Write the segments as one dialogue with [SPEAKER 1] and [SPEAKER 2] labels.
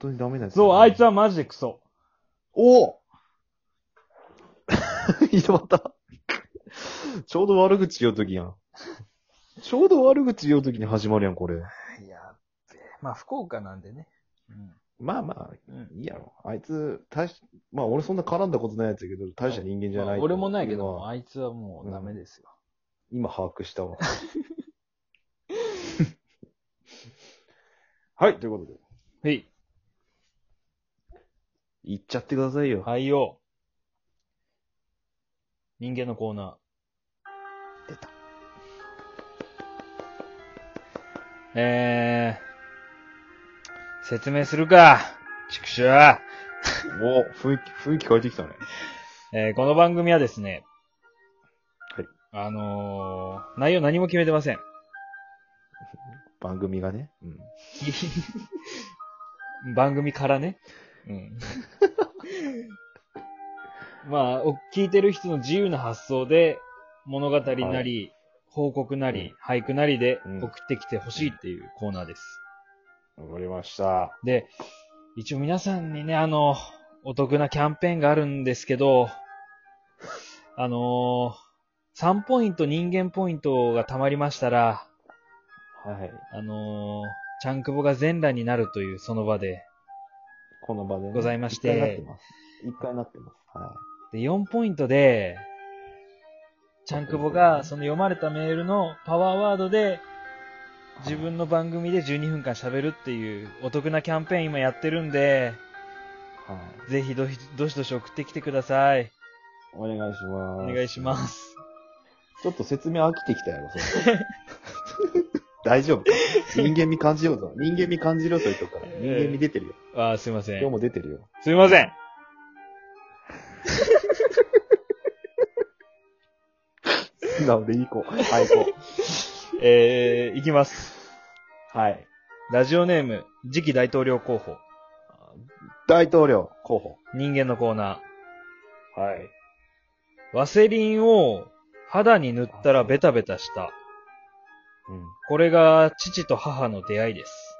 [SPEAKER 1] 当にダメなやつ。
[SPEAKER 2] そう、あいつ。はマジでクソ。
[SPEAKER 1] お おひどかった。ちょうど悪口言うときやん。ちょうど悪口言うときに始まるやん、これ。
[SPEAKER 2] やっべ。まあ、福岡なんでね。
[SPEAKER 1] まあまあ、
[SPEAKER 2] うん。うん。
[SPEAKER 1] いいやろ。あいつ、大し、まあ俺そんな絡んだことないやつやけど、大した人間じゃない。
[SPEAKER 2] 俺もないけど
[SPEAKER 1] 今
[SPEAKER 2] も、あいつはもうダメですよ。
[SPEAKER 1] 今把握したわ。 はい、ということで。
[SPEAKER 2] はい。
[SPEAKER 1] 行っちゃってくださいよ。
[SPEAKER 2] はいよ。人間のコーナー。
[SPEAKER 1] 出た。
[SPEAKER 2] えー、説明するか。畜生。
[SPEAKER 1] お雰囲気、雰囲気変えてきたね。
[SPEAKER 2] えー、この番組はですね。
[SPEAKER 1] はい。
[SPEAKER 2] あのー、内容何も決めてません。
[SPEAKER 1] 番組がね。うん。
[SPEAKER 2] 番組からね。うん。まあ、お聞いてる人の自由な発想で、物語なり、報告なり、俳句なりで
[SPEAKER 1] うん
[SPEAKER 2] 送ってきてほしいっていうコーナーです。
[SPEAKER 1] わかりました。
[SPEAKER 2] で、一応皆さんにね、あの、お得なキャンペーンがあるんですけど、あのー、3ポイント人間ポイントが貯まりましたら、
[SPEAKER 1] はい。
[SPEAKER 2] あのー、ちゃんくぼが全裸になるというその場で、
[SPEAKER 1] この場で、ね。
[SPEAKER 2] ございまして
[SPEAKER 1] 一回なってます。一回なってます。は
[SPEAKER 2] で、4ポイントで、ちゃんくぼが、その読まれたメールのパワーワードで、
[SPEAKER 1] い。
[SPEAKER 2] 自分の番組で12分間喋るっていうお得なキャンペーン今やってるんで、
[SPEAKER 1] はい。
[SPEAKER 2] ぜひどひどしどし送ってきてください。
[SPEAKER 1] お願いし
[SPEAKER 2] お
[SPEAKER 1] ます。
[SPEAKER 2] 願いします。
[SPEAKER 1] ちょっと説明飽きてきたやろ、それ。 大丈夫か人間味感じようぞ。人間味感じろと言っとくから。人間味出てるよ。
[SPEAKER 2] あーすいませ
[SPEAKER 1] 今日
[SPEAKER 2] ん。
[SPEAKER 1] も出てるよ。
[SPEAKER 2] すいません。
[SPEAKER 1] なので、いい子。はい、行こ
[SPEAKER 2] えー、いきます。
[SPEAKER 1] う。はい。
[SPEAKER 2] ラジオネーム、次期大統領候補、
[SPEAKER 1] 大統領候補。
[SPEAKER 2] 人間のコーナ
[SPEAKER 1] はい。
[SPEAKER 2] ー、ワセリンを肌に塗ったらベタベタした。
[SPEAKER 1] うん。
[SPEAKER 2] これが父と母の出会いです。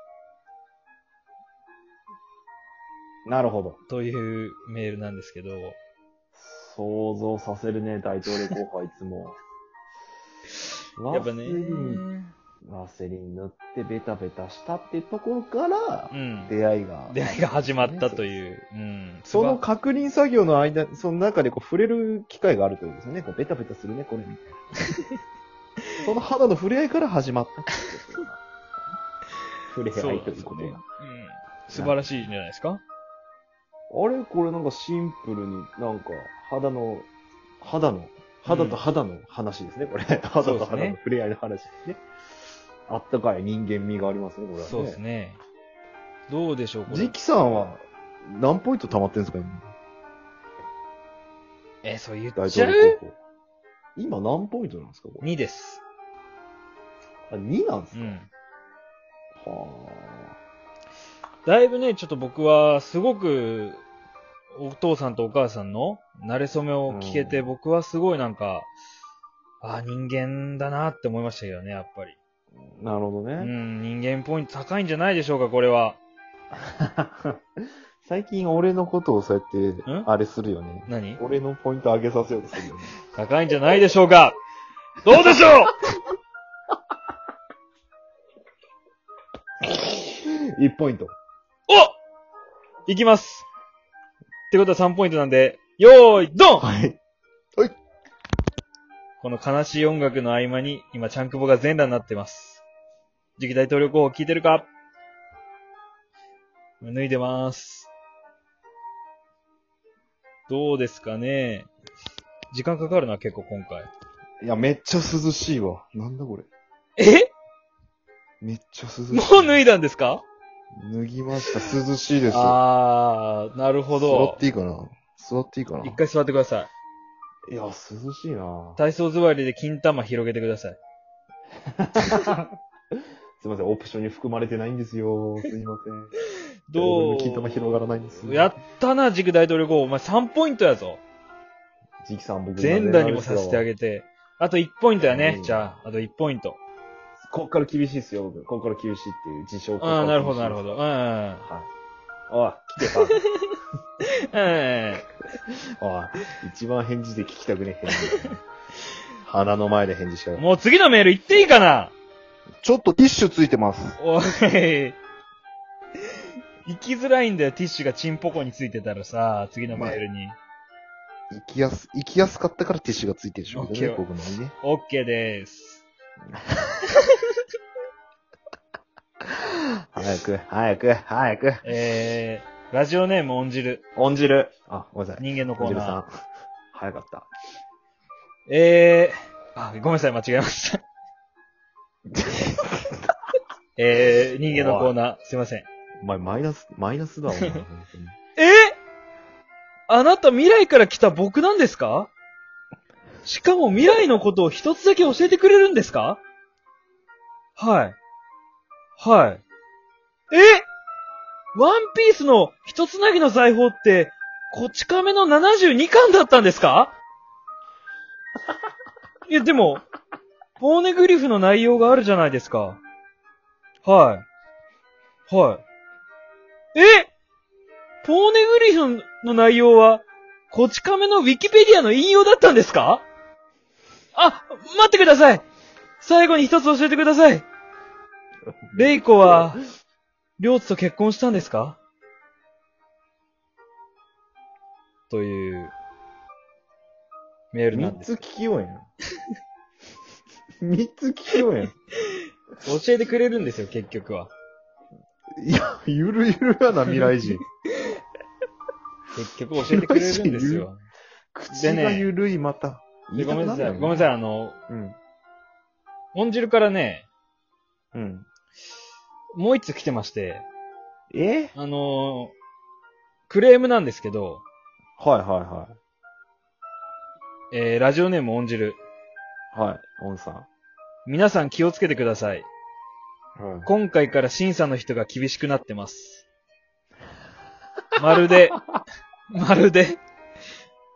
[SPEAKER 1] なるほど。
[SPEAKER 2] というメールなんですけど、
[SPEAKER 1] 想像させるね、大統領候補はいつも。
[SPEAKER 2] やっぱ
[SPEAKER 1] ワセ
[SPEAKER 2] ね
[SPEAKER 1] リン、ワセリン塗ってベタベタしたってところから
[SPEAKER 2] う、ん。
[SPEAKER 1] 出会いが。
[SPEAKER 2] 出会いが始まったという。うん。
[SPEAKER 1] その確認作業の間、その中でこう触れる機会があるということですよね。こうベタベタするね、これ、 みたいな。その肌の触れ合いから始まったってことだな。触れ合いということが。
[SPEAKER 2] そうなんうん。素晴らしいんじゃないですか
[SPEAKER 1] あれこれなんかシンプルになんか肌の、肌の、肌と肌の話ですね、これ。肌と
[SPEAKER 2] そ
[SPEAKER 1] 肌
[SPEAKER 2] うですね
[SPEAKER 1] の触れ合いの話ですね。あったかい人間味がありますね、これは、ね。
[SPEAKER 2] そうですね。どうでしょう、こ
[SPEAKER 1] ジ
[SPEAKER 2] れ。
[SPEAKER 1] キさんは何ポイント溜まってるんですか、今。
[SPEAKER 2] え、そう言っ
[SPEAKER 1] 大
[SPEAKER 2] ちゃ
[SPEAKER 1] 統
[SPEAKER 2] う
[SPEAKER 1] 領候補。今何ポイントなんですか、これ。
[SPEAKER 2] ?2 です。
[SPEAKER 1] あ、2なんです
[SPEAKER 2] う
[SPEAKER 1] か、
[SPEAKER 2] ん。
[SPEAKER 1] は
[SPEAKER 2] だいぶね、ちょっと僕は、すごく、お父さんとお母さんの慣れ初めを聞けて、
[SPEAKER 1] うん
[SPEAKER 2] 僕はすごいなんか、ああ、人間だなって思いましたけどね、やっぱり。
[SPEAKER 1] あ。なるほど
[SPEAKER 2] う
[SPEAKER 1] ね。
[SPEAKER 2] ん、人間ポイント高いんじゃないでしょうか、これは。
[SPEAKER 1] 最近俺のことをそうやって
[SPEAKER 2] ん、
[SPEAKER 1] あれするよね。
[SPEAKER 2] 何
[SPEAKER 1] 俺のポイント上げさせようとするよね。
[SPEAKER 2] 高いんじゃないでしょうかどうでしょ
[SPEAKER 1] 1ポイント。
[SPEAKER 2] うおいきますってことは3ポイントなんで、よーい、ドン
[SPEAKER 1] はい。
[SPEAKER 2] この悲しい音楽の合間に、今、チャンクボが全裸になってます。次期大統領候補聞いてるか脱いでます。どうですかね時間かかるな、結構今回。
[SPEAKER 1] いや、めっちゃ涼しいわ。なんだこれ。
[SPEAKER 2] え
[SPEAKER 1] めっちゃ涼しい。
[SPEAKER 2] もう脱いだんですか
[SPEAKER 1] 脱ぎました。涼しいです。
[SPEAKER 2] あー、なるほ
[SPEAKER 1] 座
[SPEAKER 2] ど
[SPEAKER 1] っ。ていいかな座っていいかな
[SPEAKER 2] 一回座ってください。
[SPEAKER 1] いや、涼しいな
[SPEAKER 2] 体操座りで金玉広げてください。
[SPEAKER 1] すいません、オプションに含まれてないんですよ。すいません。
[SPEAKER 2] どう
[SPEAKER 1] 金玉広がらないんですよ。
[SPEAKER 2] やったな、次期大統領候補。お前3ポイントやぞ。
[SPEAKER 1] ジキさん僕
[SPEAKER 2] 全裸にもさせてあ
[SPEAKER 1] る。
[SPEAKER 2] げて。あと1ポイントやね
[SPEAKER 1] う。ん
[SPEAKER 2] じゃあ、あと1ポイント。
[SPEAKER 1] こっから厳しいですよ、僕。こっから厳しいっていう自称
[SPEAKER 2] ああ、なるほど、なるほど。うんうんうん。
[SPEAKER 1] はい。おい、来てた。
[SPEAKER 2] え
[SPEAKER 1] おい、一番返事で聞きたくねえ返 事。鼻の前で返事しか
[SPEAKER 2] えもう次のメール行っていいかな
[SPEAKER 1] ちょっとティッシュついてます。
[SPEAKER 2] おい。行きづらいんだよ、ティッシュがチンポコについてたらさ、次のメールに。
[SPEAKER 1] 行きやす、行きやすかったからティッシュがついてるでしょうけどね、
[SPEAKER 2] オ
[SPEAKER 1] 僕のにね。
[SPEAKER 2] オッケーです。
[SPEAKER 1] 早く、早く、早く。
[SPEAKER 2] えー、ラジオネームオンジル、
[SPEAKER 1] 音汁。あ、ごめんなさい。
[SPEAKER 2] 人間のコ
[SPEAKER 1] 音
[SPEAKER 2] ー
[SPEAKER 1] 汁さ
[SPEAKER 2] ナー。
[SPEAKER 1] ん。早かった。
[SPEAKER 2] えー、あ、ごめんなさい、間違えました。えー、人間のコーナー、すいません。
[SPEAKER 1] お前、マイナス、マイナスだ、お前。本当に
[SPEAKER 2] えあなた未来から来た僕なんですかしかも未来のことを一つだけ教えてくれるんですかはい。はい。えワンピースの一つなぎの財宝って、こち亀の72巻だったんですかいや、でも、ボーネグリフの内容があるじゃないですか。はい。はい。えポーネグリフの内容は、こち亀のウィキペディアの引用だったんですかあ、待ってください最後に一つ教えてくださいレイコは、りょうつと結婚したんですかという、メールなん
[SPEAKER 1] 三
[SPEAKER 2] です。
[SPEAKER 1] つ聞きようやん。三つ聞きようやん。
[SPEAKER 2] 教えてくれるんですよ、結局は。
[SPEAKER 1] いや、 ゆるゆるやな、未来 人。
[SPEAKER 2] 結局教えてくれるんですよ。
[SPEAKER 1] 口
[SPEAKER 2] でね
[SPEAKER 1] がゆるい、また。
[SPEAKER 2] でごめんなさい、ごめんないさい、あの、
[SPEAKER 1] たくるよね。
[SPEAKER 2] オンジルからね、
[SPEAKER 1] うん。うん。
[SPEAKER 2] もう一つ来てまして、
[SPEAKER 1] え
[SPEAKER 2] あのークレームなんですけど、
[SPEAKER 1] はいは
[SPEAKER 2] えーラジオネームオンジル。
[SPEAKER 1] いはい。はい、オンさん。
[SPEAKER 2] 皆さん気をつけてください。
[SPEAKER 1] はい
[SPEAKER 2] 今回から審査の人が厳しくなってます。まるで、 まるで、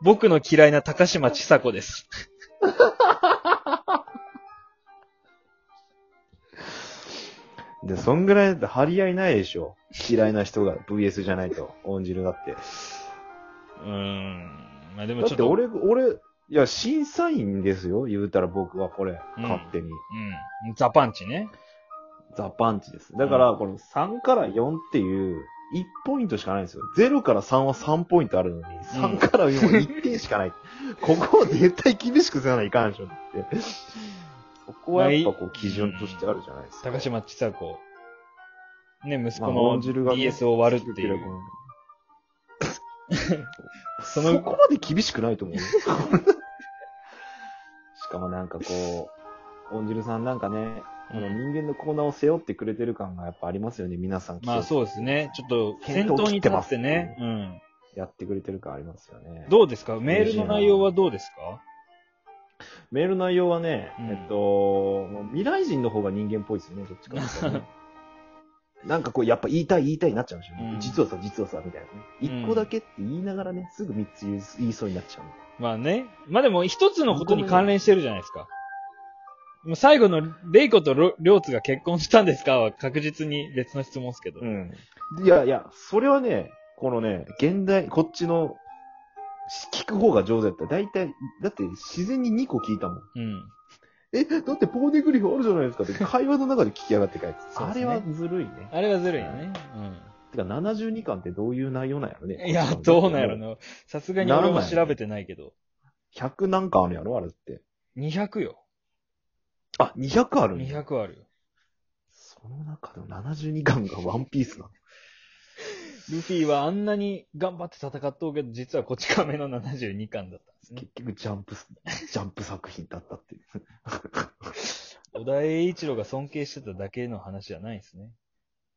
[SPEAKER 2] 僕の嫌いな高島千佐子です。
[SPEAKER 1] で、そんぐらいだって張り合いないでしょ。嫌いな人が VS じゃないと。音汁だって。
[SPEAKER 2] うーん。まあでも
[SPEAKER 1] だ
[SPEAKER 2] ちょ
[SPEAKER 1] っ
[SPEAKER 2] ってと。
[SPEAKER 1] 俺、俺、いや、審査員ですよ。言うたら僕はこれ。
[SPEAKER 2] うん
[SPEAKER 1] 勝手に。
[SPEAKER 2] うん。ザパンチね。
[SPEAKER 1] ザ・パンチです。だから、この3から4っていう、1ポイントしかないんですよ。0から3は3ポイントあるのに、3から4は1点しか ない。ここを絶対厳しくせないかんでしょって。そこはやっぱこう基準としてあるじゃないですか。
[SPEAKER 2] 高島千佐子。ね、息子
[SPEAKER 1] まあ
[SPEAKER 2] の
[SPEAKER 1] 恩汁がね
[SPEAKER 2] DS を割るっ ていう。
[SPEAKER 1] そ
[SPEAKER 2] その
[SPEAKER 1] こまで厳しくないと 思うよ。しかもなんかこう、オンジルさんなんかね、あの人間のコーナーを背負ってくれてる感がやっぱありますよね、皆さん。
[SPEAKER 2] まあそうですね。ちょっと先頭に立ってね。うん。
[SPEAKER 1] やってくれてる感ありますよね。
[SPEAKER 2] どうですかメールの内容はどうですか
[SPEAKER 1] メール内容はね、
[SPEAKER 2] うん
[SPEAKER 1] えっと、もう未来人の方が人間っぽいですよね、どっちかって いうとねなんかこう、やっぱ言いたい言いたいになっちゃうんですよね。
[SPEAKER 2] うん
[SPEAKER 1] 実はさ、実はさ、みたいな
[SPEAKER 2] うん
[SPEAKER 1] ね。一個だけって言いながらね、すぐ三つ言い言いそうになっちゃう。
[SPEAKER 2] まあね。まあでも一つのことに関連してるじゃないですか。もう最後のレイコとロリョーツが結婚したんですかは確実に別の質問ですけど。
[SPEAKER 1] うん。いやいや、それはね、このね、現代、こっちの、し聞く方が上手だった。だいたい、だって自然に2個聞いたもん。
[SPEAKER 2] うん。
[SPEAKER 1] え、だってポーネグリフあるじゃないです かって会話の中で聞きやがってかい
[SPEAKER 2] そう
[SPEAKER 1] あ
[SPEAKER 2] です
[SPEAKER 1] れ
[SPEAKER 2] ね
[SPEAKER 1] はずるいね。
[SPEAKER 2] あれはずるいね。
[SPEAKER 1] てか72巻ってどういう内容なんやろ
[SPEAKER 2] うん。
[SPEAKER 1] ね。
[SPEAKER 2] いや、どうなんやろな。さすがに俺も調べてないけど。
[SPEAKER 1] 100何巻あるやろあれって。
[SPEAKER 2] 200よ。
[SPEAKER 1] あ、200あるんや
[SPEAKER 2] 200あるよ。
[SPEAKER 1] その中の72巻がワンピースなの。
[SPEAKER 2] ルフィはあんなに頑張って戦っとうけど、実はこち亀の72巻だったんですね
[SPEAKER 1] 結。局ジャンプす、ジャンプ作品だったっていう。
[SPEAKER 2] 小田栄一郎が尊敬してただけの話じゃないんですね。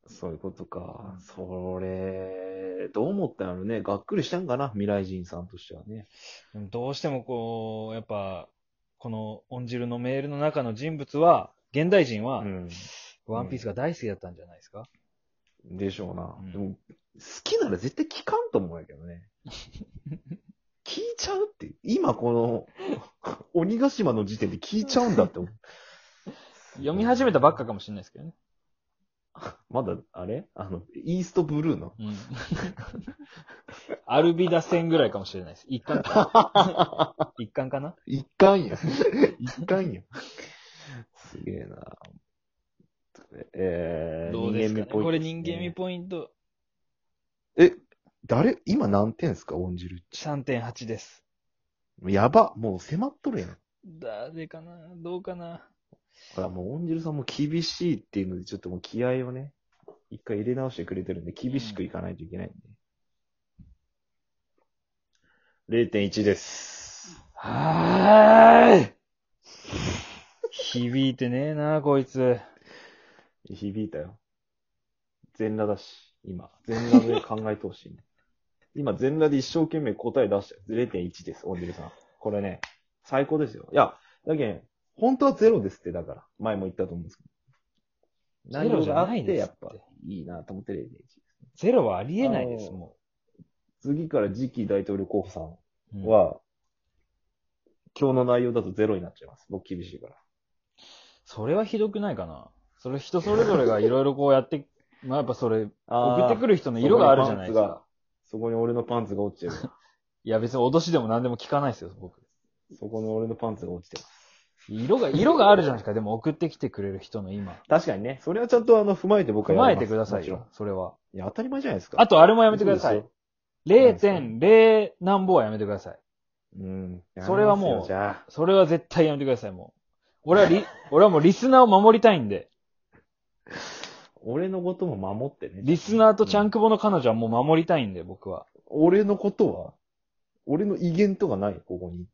[SPEAKER 1] そういうことか。それ、どう思ったんやろね。がっくりしたんかな未来人さんとしてはね。
[SPEAKER 2] でもどうしてもこう、やっぱ、このオンジルのメールの中の人物は、現代人は、
[SPEAKER 1] ん。
[SPEAKER 2] ワンピースが大好きだったんじゃないですか、
[SPEAKER 1] でしょうな。
[SPEAKER 2] うん
[SPEAKER 1] でも、好きなら絶対聞かんと思うんやけど ね。聞いちゃうって。今この、鬼ヶ島の時点で聞いちゃうんだって思う。
[SPEAKER 2] 読み始めたばっかかもしれないですけどね。
[SPEAKER 1] まだ、あれあの、イーストブルーの。
[SPEAKER 2] うん。アルビダ戦ぐらいかもしれないです。一貫か な一貫かな
[SPEAKER 1] 一貫 や。一貫や。すげえなえー、
[SPEAKER 2] どうですか、ね、
[SPEAKER 1] 人間味
[SPEAKER 2] これ
[SPEAKER 1] っ
[SPEAKER 2] 人
[SPEAKER 1] すね
[SPEAKER 2] 間味ポイント
[SPEAKER 1] え、誰、今何点ですか、オンジルッチ。
[SPEAKER 2] 3.8です。
[SPEAKER 1] やば、もう迫っとるやん。こ
[SPEAKER 2] 誰かなどうかな
[SPEAKER 1] れはもうオンジルさんも厳しいっていうので、ちょっともう気合をね、一回入れ直してくれてるんで、厳しくいかないといけないんで。0.1です。
[SPEAKER 2] はーい響いてねえな、こいつ。
[SPEAKER 1] 響いたよ。全裸だし、今。全裸で考えてほしい、ね。 今、全裸で一生懸命答え出したよ。0.1です、オンジルさん。これね、最高ですよ。いや、だけん、本当はゼロですって、だから。前も言ったと思うんですけど。
[SPEAKER 2] ゼロじゃない
[SPEAKER 1] 内容
[SPEAKER 2] で
[SPEAKER 1] があ
[SPEAKER 2] す
[SPEAKER 1] っ
[SPEAKER 2] って
[SPEAKER 1] やっぱ、いいなと思って0.1。
[SPEAKER 2] ゼロはありえないです、も
[SPEAKER 1] 次から次期大統領候補さん
[SPEAKER 2] う。うん
[SPEAKER 1] は、今日の内容だとゼロになっちゃいます。僕厳しいから。
[SPEAKER 2] それはひどくないかなそれ人それぞれがいろいろこうやって、 まあやっぱそれ、送ってく
[SPEAKER 1] る
[SPEAKER 2] る人の色があるじゃないですか。。
[SPEAKER 1] そこに俺のパンツが落ちてる。
[SPEAKER 2] いや別に脅しでも何でも聞かないですよ、僕。
[SPEAKER 1] そこに俺のパンツが落ちてる。
[SPEAKER 2] 色が、色があるじゃないですか。でも送ってきてくれる人の今。
[SPEAKER 1] 確かにね。それはちゃんとあの、踏まえて僕
[SPEAKER 2] 踏
[SPEAKER 1] は
[SPEAKER 2] ま
[SPEAKER 1] やり
[SPEAKER 2] え
[SPEAKER 1] ま
[SPEAKER 2] て
[SPEAKER 1] す
[SPEAKER 2] ください。
[SPEAKER 1] も
[SPEAKER 2] よ、それは。
[SPEAKER 1] ちろんいや、当たり前じゃないですか。
[SPEAKER 2] あと、あれもやめてください
[SPEAKER 1] そ。
[SPEAKER 2] 0.0何ぼはやめてください。
[SPEAKER 1] うですよ。うん。
[SPEAKER 2] それはもう
[SPEAKER 1] やりますよじゃあ、
[SPEAKER 2] それは絶対やめてください、もう。俺 はリ、俺はもうリスナーを守りたいんで。
[SPEAKER 1] 俺のことも守ってね。
[SPEAKER 2] リスナーとちゃん
[SPEAKER 1] く、
[SPEAKER 2] くぼの彼女はもう守りたいんで、僕は。
[SPEAKER 1] 俺のことは俺の威厳とかないここに。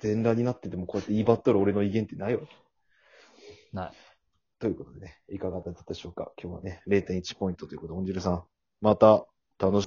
[SPEAKER 1] 全裸になっててもこうやって言い張ったら俺の威厳ってないわけ。
[SPEAKER 2] ない。
[SPEAKER 1] ということでね、いかがだったでしょうか今日はね、0.1ポイントということで、オンジュルさん、また楽し